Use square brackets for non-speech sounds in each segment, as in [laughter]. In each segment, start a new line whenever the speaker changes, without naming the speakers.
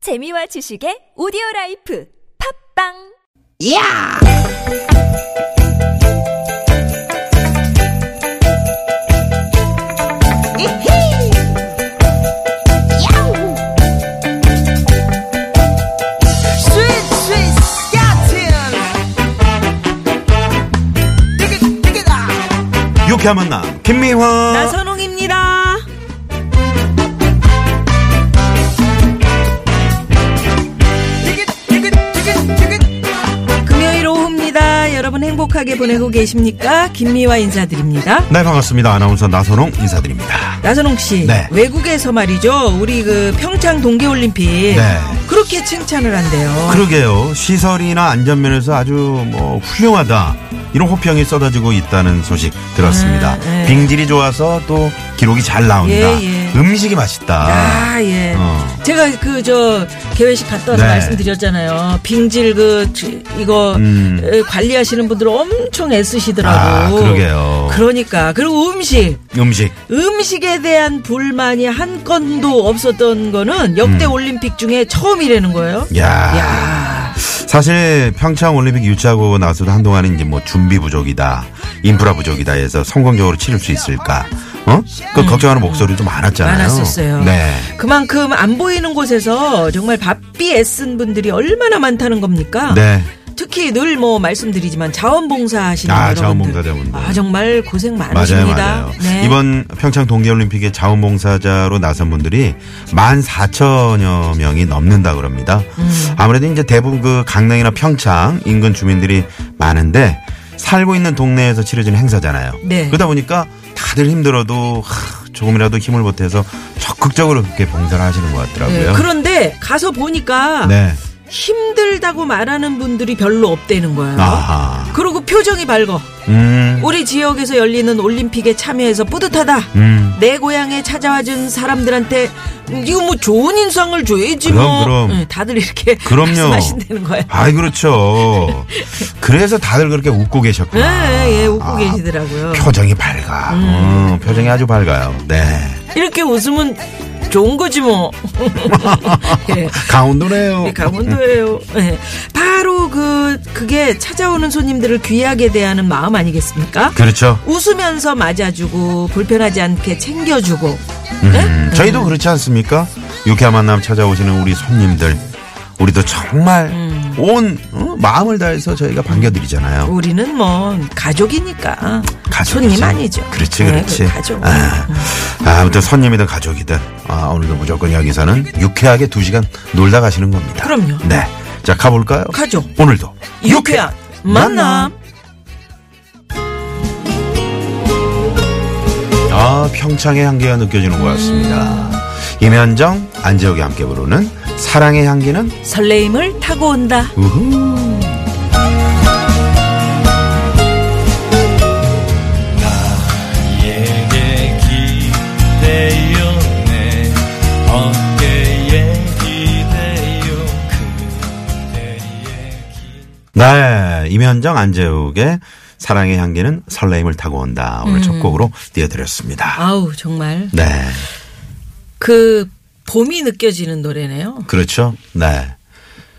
재미와 지식의 오디오 라이프 팝빵!
야! 이히! 야우! 스윗 스윗 야틴! 띠깃 띠깃아!
유쾌한 만남 김미화
나선홍입니다.
띠깃 띠깃 띠깃 띠깃!
금요일 오후입니다. 여러분 행복하게 보내고 계십니까? 김미화 인사드립니다.
네 반갑습니다 아나운서 나선홍 인사드립니다
나선홍 씨,
네.
외국에서 말이죠. 우리 그 평창 동계올림픽
네.
그렇게 칭찬을 한대요.
그러게요 시설이나 안전면에서 아주 뭐 훌륭하다 이런 호평이 쏟아지고 있다는 소식 들었습니다
네, 네.
빙질이 좋아서 또 기록이 잘 나온다
예, 예.
음식이 맛있다
아, 예.
어.
제가 그 저 개회식 갔다 와서
네.
말씀드렸잖아요. 빙질 그 지- 이거
음.
에, 관리하시는 분들 엄청
아,
애쓰시더라고.
그러게요
그러니까 그리고 음식
음식
음식에 대한 불만이 한 건도 없었던 거는
음.
역대 올림픽 중에 처음이라는 거예요.
야.
야,
사실 평창 올림픽 유치하고 나서도 한동안은 이제 뭐 준비 부족이다, 인프라 부족이다 해서 성공적으로 치를 수 있을까, 어? 그 걱정하는 목소리도 많았잖아요.
음. 많았었어요.
네.
그만큼 안 보이는 곳에서 정말 바삐 애쓴 분들이 얼마나 많다는 겁니까?
네.
특히 늘 뭐 말씀드리지만 자원봉사 하시는
아,
여러분들.
자원봉사자분들.
아, 정말 고생
맞아요,
많으십니다.
맞아요.
네.
이번 평창 동계올림픽에 자원봉사자로 나선 분들이 14,000여 명이 넘는다 그럽니다.
음.
아무래도 이제 대부분 그 강릉이나 평창 인근 주민들이 많은데 살고 있는 동네에서 치러지는 행사잖아요.
네.
그러다 보니까 다들 힘들어도 하, 조금이라도 힘을 보태서 적극적으로 그렇게 봉사를 하시는 것
네,
같더라고요.
그런데 가서 보니까
네.
힘들다고 말하는 분들이 별로 없다는 거예요.
아하.
그리고 표정이 밝어.
음.
우리 지역에서 열리는 올림픽에 참여해서 뿌듯하다.
음.
내 고향에 찾아와준 사람들한테 이거 뭐 좋은 인상을 줘야지
그럼,
뭐
그럼.
응, 다들 이렇게
그럼요.
말씀하신다는 거예요.
아이 그렇죠. 그래서 다들 그렇게 웃고 계셨구나.
예, 예, 웃고
아,
계시더라고요.
표정이 밝아. 음, 표정이 아주 밝아요. 네.
이렇게 웃으면 좋은 거지 뭐. 예.
강원도네요.
예, 강원도예요. 예. 바로 그 그게 찾아오는 손님들을 귀하게 대하는 마음 아니겠습니까?
그렇죠.
웃으면서 맞아주고 불편하지 않게 챙겨주고. 예?
음, 저희도 그렇지 않습니까? 유쾌한 만남 찾아오시는 우리 손님들. 우리도 정말
음.
온 어? 마음을 다해서 저희가 반겨드리잖아요.
우리는 뭐 가족이니까
가족이죠.
손님 아니죠.
그렇지,
네,
그렇지.
그 가족.
아, 아무튼 손님이든 가족이든 아, 오늘도 무조건 여기서는 유쾌하게 두 시간 놀다 가시는 겁니다.
그럼요.
네. 자, 가볼까요?
가족.
오늘도
유쾌한 만남.
아, 평창의 향기가 느껴지는 것 같습니다.
음.
임현정, 안재욱이 함께 부르는 사랑의 향기는
설레임을 타고 온다.
음. 우후.
나에게 기대요 내 어깨에 기대요 그대의 기
네, 임현정, 안재욱의 사랑의 향기는 설레임을 타고 온다. 오늘 첫 곡으로 띄워드렸습니다.
음. 아우 정말
네,
그 봄이 느껴지는 노래네요.
그렇죠. 네.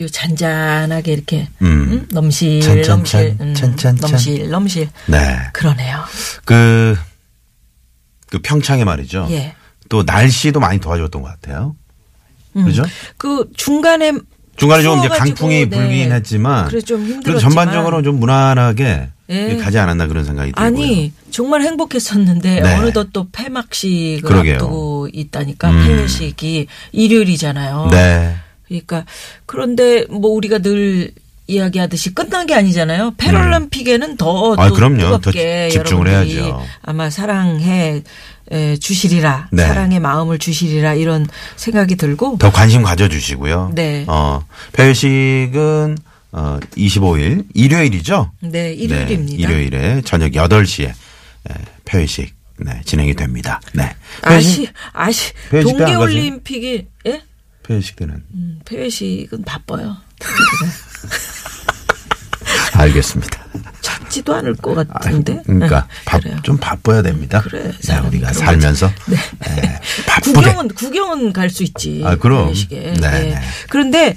요 잔잔하게 이렇게
음.
음, 넘실
찬찬찬,
넘실 음,
찬찬찬.
넘실 넘실
네.
그러네요.
그, 그 평창에 말이죠.
예.
또 날씨도 많이 도와줬던 것 같아요. 그죠?
그 중간에
중간에 조금 이제
추워가지고,
강풍이
네.
불긴 했지만
그래서 좀
그래도
힘들었지만
전반적으로 좀 무난하게
예.
가지 않았나 그런 생각이 들고요.
아니 정말 행복했었는데
네.
어느덧 또 폐막식을
그러게요.
앞두고 있다니까
음.
폐회식이 일요일이잖아요.
네.
그러니까 그런데 뭐 우리가 늘 이야기하듯이 끝난 게 아니잖아요. 패럴림픽에는 더
아,
또
그럼요. 더
뜨겁게
집- 집중을
여러분들이
해야죠.
아마 사랑해 에, 주시리라
네.
사랑의 마음을 주시리라 이런 생각이 들고
더 관심 가져주시고요.
네.
어, 폐회식은 어, 25일 일요일이죠.
네 일요일입니다.
네, 일요일에 저녁 8시에 예, 폐회식 네, 진행이 됩니다. 네. 폐회식,
아시 아시
폐회식 때안 가세요?
동계올림픽이 예?
폐회식 때는
음, 폐회식은 바빠요.
알겠습니다.
참 쉽지도 않을 것 같은데.
그러니까
네,
밥,
그래요.
좀 바빠야 됩니다.
그래,
네,
사람이
우리가
그런
살면서 네, 바쁘게
구경은 구경은 갈 수 있지.
아, 그럼.
그런 식의.
네,
예.
네.
그런데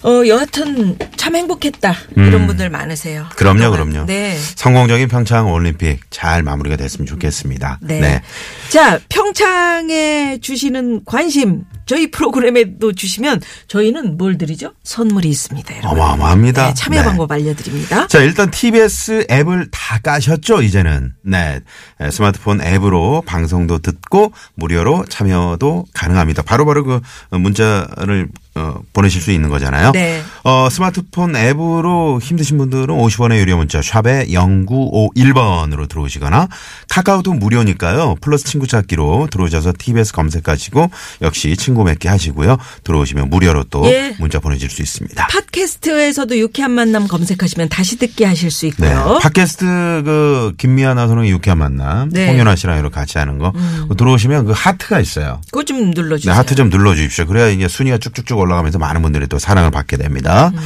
어 여하튼 참 행복했다 이런 분들 많으세요.
음. 그럼요, 그럼요.
네.
성공적인 평창 올림픽 잘 마무리가 됐으면 좋겠습니다.
네. 자, 평창에 주시는 관심 저희 프로그램에도 주시면 저희는 뭘 드리죠? 선물이 있습니다. 여러분.
어마어마합니다.
네, 참여
네.
방법 알려드립니다.
자, 일단 TBS 앱을 다 까셨죠, 이제는. 네. 에, 스마트폰 앱으로 방송도 듣고 무료로 참여도 가능합니다. 바로바로 그 문자를 어, 보내실 수 있는 거잖아요.
네.
어, 스마트폰 앱으로 힘드신 분들은 50원의 유료 문자 샵에 0951번으로 들어오시거나 카카오톡 무료니까요. 플러스 친구 찾기로 들어오셔서 TBS 검색하시고 역시 친구 맺기 하시고요. 들어오시면 무료로 또
예.
문자 보내실 수 있습니다.
팟캐스트에서도 유쾌한 만남 검색하시면 다시 듣게 하실 수
네.
있고요.
팟캐스트 그 김미아 나선홍의 유쾌한 만남,
네. 음.
홍윤아 씨랑 이렇게 같이 하는 거 들어오시면 그 하트가 있어요.
그거
네,
좀 눌러주세요.
하트 좀 눌러 주십시오. 그래야 이제 순위가 쭉쭉쭉 올라가면서 많은 분들이 또 사랑을 받게 됩니다.
음.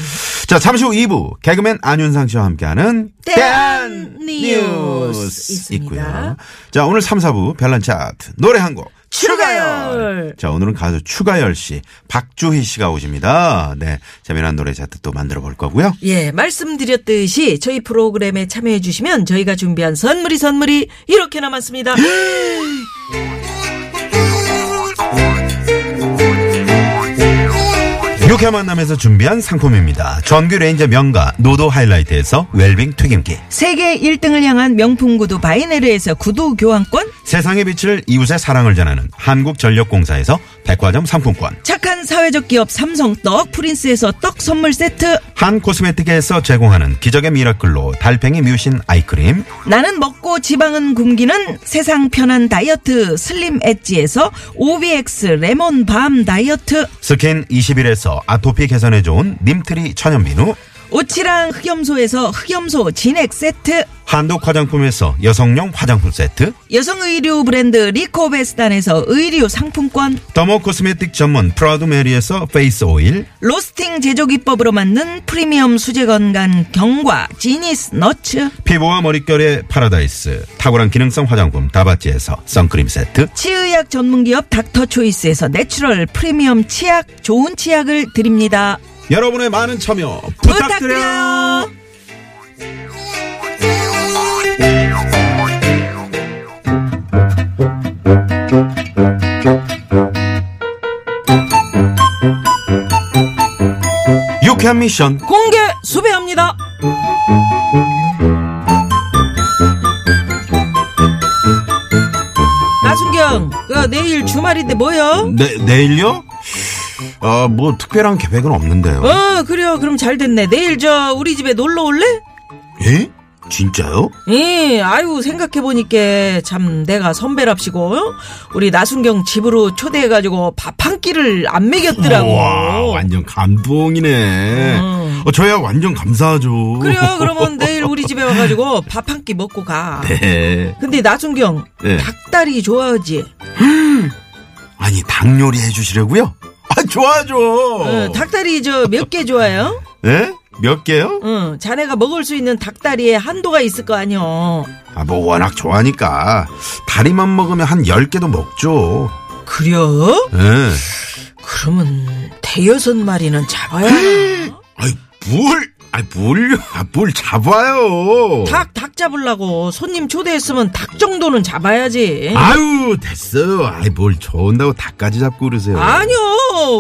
자, 잠시 후 2부 개그맨 안윤상 씨와 함께하는
대한
대한
뉴스
뉴스
있습니다.
있고요. 자, 오늘 3, 4부 별난 차트 노래 한 곡. 추가열.
추가열.
자, 오늘은 가수 추가열 씨, 박주희 씨가 오십니다. 네. 재미난 노래 차트 또 만들어 볼 거고요.
예, 말씀드렸듯이 저희 프로그램에 참여해 주시면 저희가 준비한 선물이 선물이 이렇게 남았습니다.
유쾌 만남에서 준비한 상품입니다. 전규 레인저 명가 노도 하이라이트에서 웰빙 튀김기.
[gasps] 세계 1등을 향한 명품 구두 바이네르에서 구두 교환권,
세상의 빛을 이웃의 사랑을 전하는 한국전력공사에서 백화점 상품권.
착한 사회적 기업 삼성 떡 프린스에서 떡 선물 세트,
한 코스메틱에서 제공하는 기적의 미라클로 달팽이 뮤신 아이크림.
나는 먹고 지방은 굶기는 세상 편한 다이어트 슬림 엣지에서 OBX 레몬 밤 다이어트,
스킨 21에서 아토피 개선에 좋은 님트리 천연비누.
오치랑 흑염소에서 흑염소 진액 세트,
한독 화장품에서 여성용 화장품 세트.
여성 의류 브랜드 리코베스단에서 의류 상품권,
더모 코스메틱 전문 프라우드 메리에서 페이스 오일.
로스팅 제조 기법으로 만든 프리미엄 수제 건강 경과 지니스 너츠
피부와 머릿결의 파라다이스. 탁월한 기능성 화장품 다바찌에서 선크림 세트.
치의학 전문 기업 닥터 초이스에서 내추럴 프리미엄 치약 좋은 치약을 드립니다.
여러분의 많은 참여
부탁드려요.
유쾌한 미션
공개 수배합니다. 나순경, 그 내일 주말인데 뭐요?
네, 내일요? 아, 뭐 특별한 계획은 없는데요.
어, 그래요. 그럼 잘 됐네. 내일 저 우리 집에 놀러 올래?
예? 진짜요?
예, 아유 생각해보니까 참 내가 선배랍시고 어? 우리 나순경 집으로 초대해가지고 밥 한 끼를 안 먹였더라고.
와, 완전 감동이네.
음.
어, 저야 완전 감사하죠. [laughs]
그래요. 그러면 내일 우리 집에 와가지고 밥 한 끼 먹고 가.
네.
근데 나순경
네.
닭다리 좋아하지?
아니, 닭 요리 해주시려고요? 아, 좋아하죠.
어, 닭다리 저 몇 개 좋아해요?
예? 몇 개요?
응, 자네가 먹을 수 있는 닭다리에 한도가 있을 거 아니여.
아, 뭐 워낙 좋아하니까. 다리만 먹으면 한 열개도 먹죠.
그래요?
예.
그러면 대여섯 마리는 잡아야 하나?
네. 아이, 뭘? 아이, 뭘요? 아, 뭘 잡아요.
닭, 닭 잡으려고 손님 초대했으면 닭 정도는 잡아야지.
아유 됐어요. 아이 뭘 좋은다고 닭까지 잡고 그러세요.
아니요.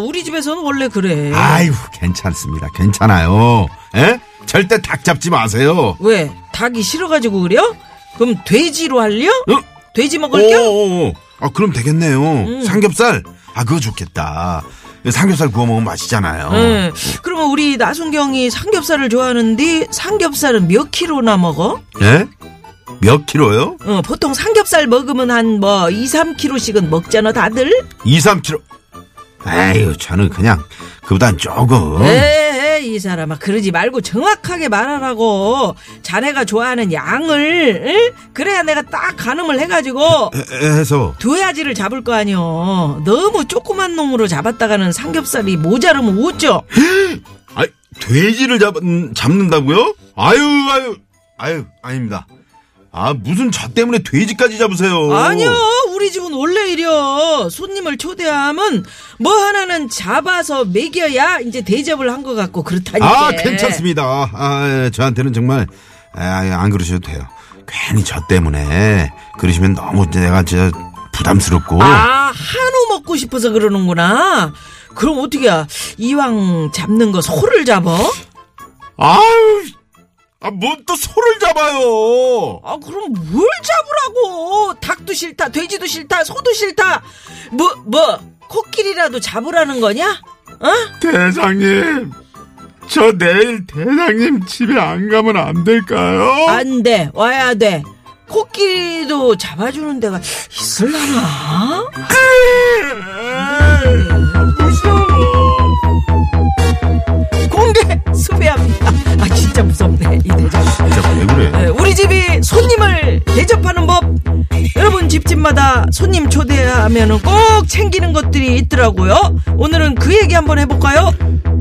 우리 집에서는 원래 그래.
네. 아유 괜찮습니다. 괜찮아요. 에? 절대 닭 잡지 마세요.
왜? 닭이 싫어가지고 그래요? 그럼 돼지로 할려?
어?
돼지 먹을려?
오오오. 아 그럼 되겠네요.
음.
삼겹살. 아 그거 좋겠다. 삼겹살 구워 먹으면 맛있잖아요.
응. 네. 그러면 우리 나순경이 삼겹살을 좋아하는데 삼겹살은 몇 킬로나 먹어?
예? 몇 킬로요?
어, 보통 삼겹살 먹으면 한 뭐 2, 3킬로씩은 먹잖아 다들?
2, 3 킬로. 아유 저는 그냥 그보단 조금.
네. 에이 이 사람아 그러지 말고 정확하게 말하라고 자네가 좋아하는 양을 응? 그래야 내가 딱 가늠을 해가지고
에- 해서
두야지를 잡을 거 아니여 너무 조그만 놈으로 잡았다가는 삼겹살이 모자르면 웃죠
음, 아 돼지를 잡 잡는다고요? 아유 아유 아유, 아닙니다. 아, 무슨 저 때문에 돼지까지 잡으세요.
아니요, 우리 집은 원래 이려. 손님을 초대하면 뭐 하나는 잡아서 먹여야 이제 대접을 한 것 같고 그렇다니까.
아, 괜찮습니다. 아, 예, 저한테는 정말 아, 안 그러셔도 돼요. 괜히 저 때문에 그러시면 너무 내가 진짜 부담스럽고
아, 한우 먹고 싶어서 그러는구나. 그럼 어떻게야? 이왕 잡는 거 소를 잡어?
아유, 아, 뭔 또 소를 잡아요?
아, 그럼 뭘 잡으라고? 닭도 싫다, 돼지도 싫다, 소도 싫다. 뭐, 뭐, 코끼리라도 잡으라는 거냐? 어?
대장님, 저 내일 대장님 집에 안 가면 안 될까요?
안 돼, 와야 돼. 코끼리도 잡아주는 데가 있을라나? 공개 수배합니다. 아, 진짜 무섭네, 이 대장.
진짜 아, 왜 그래?
네, 우리 집이 손님을 대접하는 법 여러분 집집마다 손님 초대하면 꼭 챙기는 것들이 있더라고요 오늘은 그 얘기 한번 해볼까요?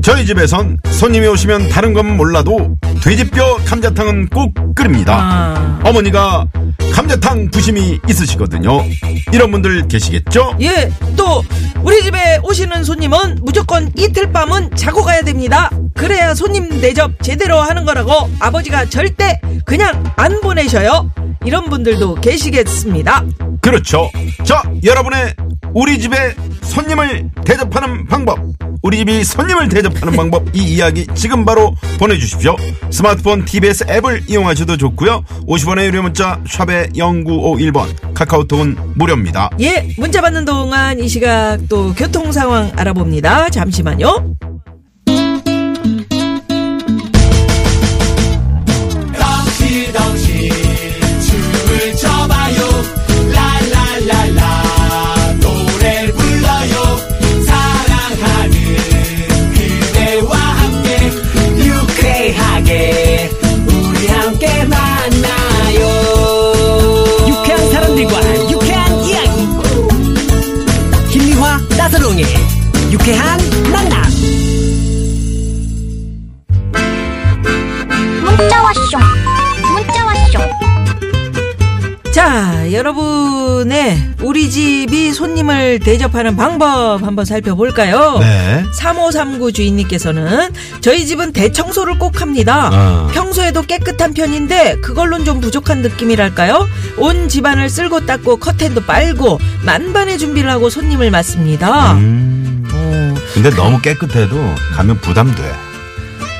저희 집에선 손님이 오시면 다른 건 몰라도 돼지뼈 감자탕은 꼭 끓입니다.
아,
어머니가 감자탕 부심이 있으시거든요. 이런 분들 계시겠죠?
예, 또 우리 집에 오시는 손님은 무조건 이틀 밤은 자고 가야 됩니다 그래야 손님 대접 제대로 하는 거라고 아버지가 절대 그냥 안 보내셔요 이런 분들도 계시겠습니다
그렇죠. 자, 여러분의 우리 집에 손님을 대접하는 방법. 우리 집이 손님을 대접하는 방법 이 이야기 지금 바로 보내주십시오. 스마트폰 TBS 앱을 이용하셔도 좋고요. 50원의 유료 문자 샵에 0951번 카카오톡은 무료입니다.
예, 문자 받는 동안 이 시각 또 교통 상황 알아봅니다. 잠시만요.
유쾌한 사람들과 유쾌한 이야기 김미화 나서롱의 유쾌한 만남
문자 왔쇼 문자 왔쇼
자, 여러분의 우리 집이 손님을 대접하는 방법 한번 살펴볼까요?
네.
3539 주인님께서는 저희 집은 대청소를 꼭 합니다.
아.
평소에도 깨끗한 편인데 그걸론 좀 부족한 느낌이랄까요? 온 집안을 쓸고 닦고 커튼도 빨고 만반의 준비를 하고 손님을 맞습니다.
음.
어,
근데 너무 깨끗해도 가면 부담돼.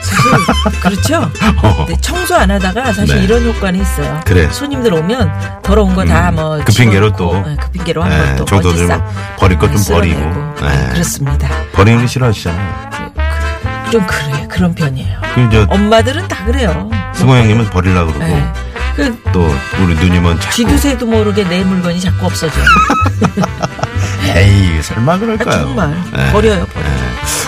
사실
[laughs]
그렇죠. 근데 청소 안 하다가 사실
네.
이런 효과는 있어요.
그래.
손님들 오면 더러운 거 다
음,
뭐.
그 핑계로
치워놓고,
또.
네, 그 핑계로
네,
한번또
저도 좀 버릴 것좀 버리고. 네.
아, 그렇습니다.
버리는 거 싫어하시잖아요.
좀 그래 그런 편이에요.
그저
엄마들은 다 그래요.
승호 형님은 버리려 그러고
네. 그
또 우리 누님은 자꾸
쥐두새도 모르게 내 물건이 자꾸 없어져.
에이 설마
아,
그럴까요?
정말
네.
버려요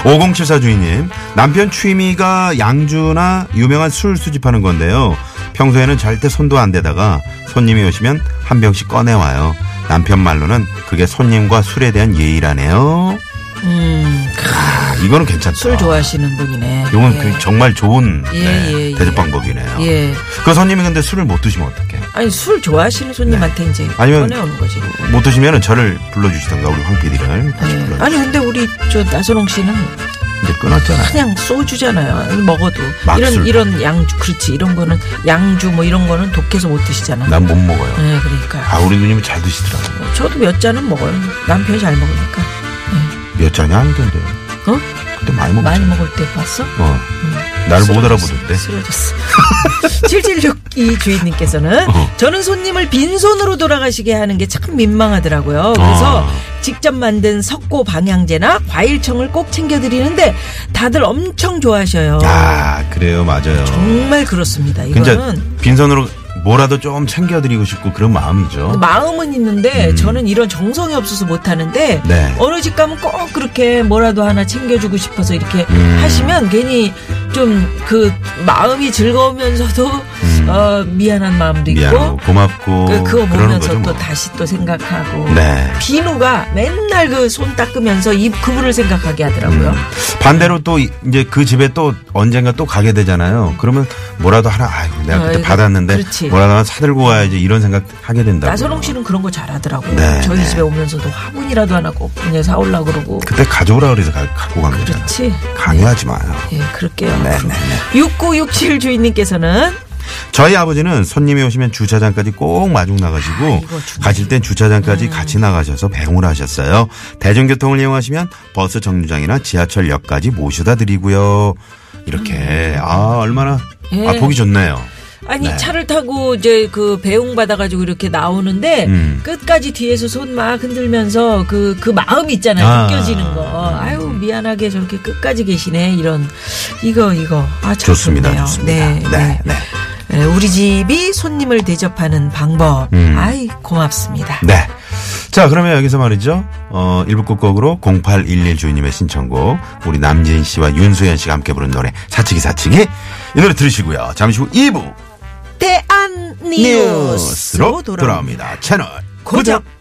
버려.
5074 주인님 남편 취미가 양주나 유명한 술 수집하는 건데요 평소에는 잘 때 손도 안 대다가 손님이 오시면 한 병씩 꺼내와요 남편 말로는 그게 손님과 술에 대한 예의라네요
음,
아, 이거는 괜찮다
술 좋아하시는 분이네.
이건
예.
그 정말 좋은
예,
네,
예, 예.
대접 방법이네요
예.
그 손님이 근데 술을 못 드시면 어떡해
아니 술 좋아하시는 손님한테 이제
네. 아니면- 음,
꺼내오는 거지.
못 드시면 은 저를 불러주시던가 우리 황 PD를 다시
예.
불러
아니 근데 우리 저 나선홍 씨는
이제 끊었잖아요
그냥 소주잖아요. 먹어도
막술.
이런 이런 양주 그렇지 이런 거는 양주 뭐 이런 거는 독해서 못 드시잖아.
난 못 먹어요
네, 그러니까
아 우리 누님이 잘 드시더라고요
저도 몇 잔은 먹어요. 남편이 잘 먹으니까.
몇 잔이 아니던데요
어?
그때 많이 먹었잖아요
많이 먹을 음. 때 봤어?
어. 나를 못
쓰러졌어.
알아보던데.
쓰러졌어. [laughs] 7762 주인님께서는
어.
저는 손님을 빈손으로 돌아가시게 하는 게 참 민망하더라고요. 그래서
아.
직접 만든 석고 방향제나 과일청을 꼭 챙겨드리는데 다들 엄청 좋아하셔요.
아, 그래요. 맞아요.
정말 그렇습니다.
근데
이거는
빈손으로 뭐라도 좀 챙겨드리고 싶고 그런 마음이죠.
마음은 있는데 저는 이런 정성이 없어서 못 하는데
네.
어느 집 가면 꼭 그렇게 뭐라도 하나 챙겨주고 싶어서 이렇게
음.
하시면 괜히 좀 그 마음이 즐거우면서도 어, 미안한 마음도 있고
미안하고 고맙고
그, 그거
그러는
보면서
거죠.
또
뭐.
다시 또 생각하고
네.
비누가 맨날 그 손 닦으면서 이 그분을 생각하게 하더라고요.
음. 반대로 또 이- 이제 그 집에 또 언젠가 또 가게 되잖아요. 그러면 뭐라도 하나 아이고 내가 그때
아이고,
받았는데
그렇지.
뭐라도 하나 사들고 와야지 이런 생각 하게 된다.
나선홍 씨는 그런 거 잘하더라고요.
네,
저희
네. 그렇죠.
집에 오면서도 화분이라도 하나 꼭 그냥 사오려고 그러고.
그때 가져오라 그래서 가- 갖고 간 거잖아요.
그렇지.
강요하지 마요.
예, 그럴게요.
네, 네, 네.
6967 주인님께서는
저희 아버지는 손님이 오시면 주차장까지 꼭 마중 나가시고 가실 땐
음.
주차장까지 같이 나가셔서 배웅을 하셨어요. 대중교통을 이용하시면 버스 정류장이나 지하철역까지 모셔다 드리고요. 이렇게 아 얼마나
음. 예.
아 보기 좋네요.
아니
네.
차를 타고 이제 그 배웅 받아가지고 이렇게 나오는데
음.
끝까지 뒤에서 손 막 흔들면서 그 그 마음 있잖아요
아. 음.
느껴지는 거 아유 미안하게 저렇게 끝까지 계시네 이런 이거 이거 아참
좋습니다.
좋네요.
좋습니다.
네, 네.
네, 네.
네, 우리 집이 손님을 대접하는 방법
음.
아이 고맙습니다.
네. 자, 그러면 여기서 말이죠. 어, 1부 끝곡으로 0811 주인님의 신청곡, 우리 남진 씨와 윤수연 씨가 함께 부른 노래, 사치기 사치기. 이 노래 들으시고요. 잠시 후 2부
대한 뉴스로
네. 뉴스로
돌아옵니다.
돌아옵니다. 채널
고정.
고정.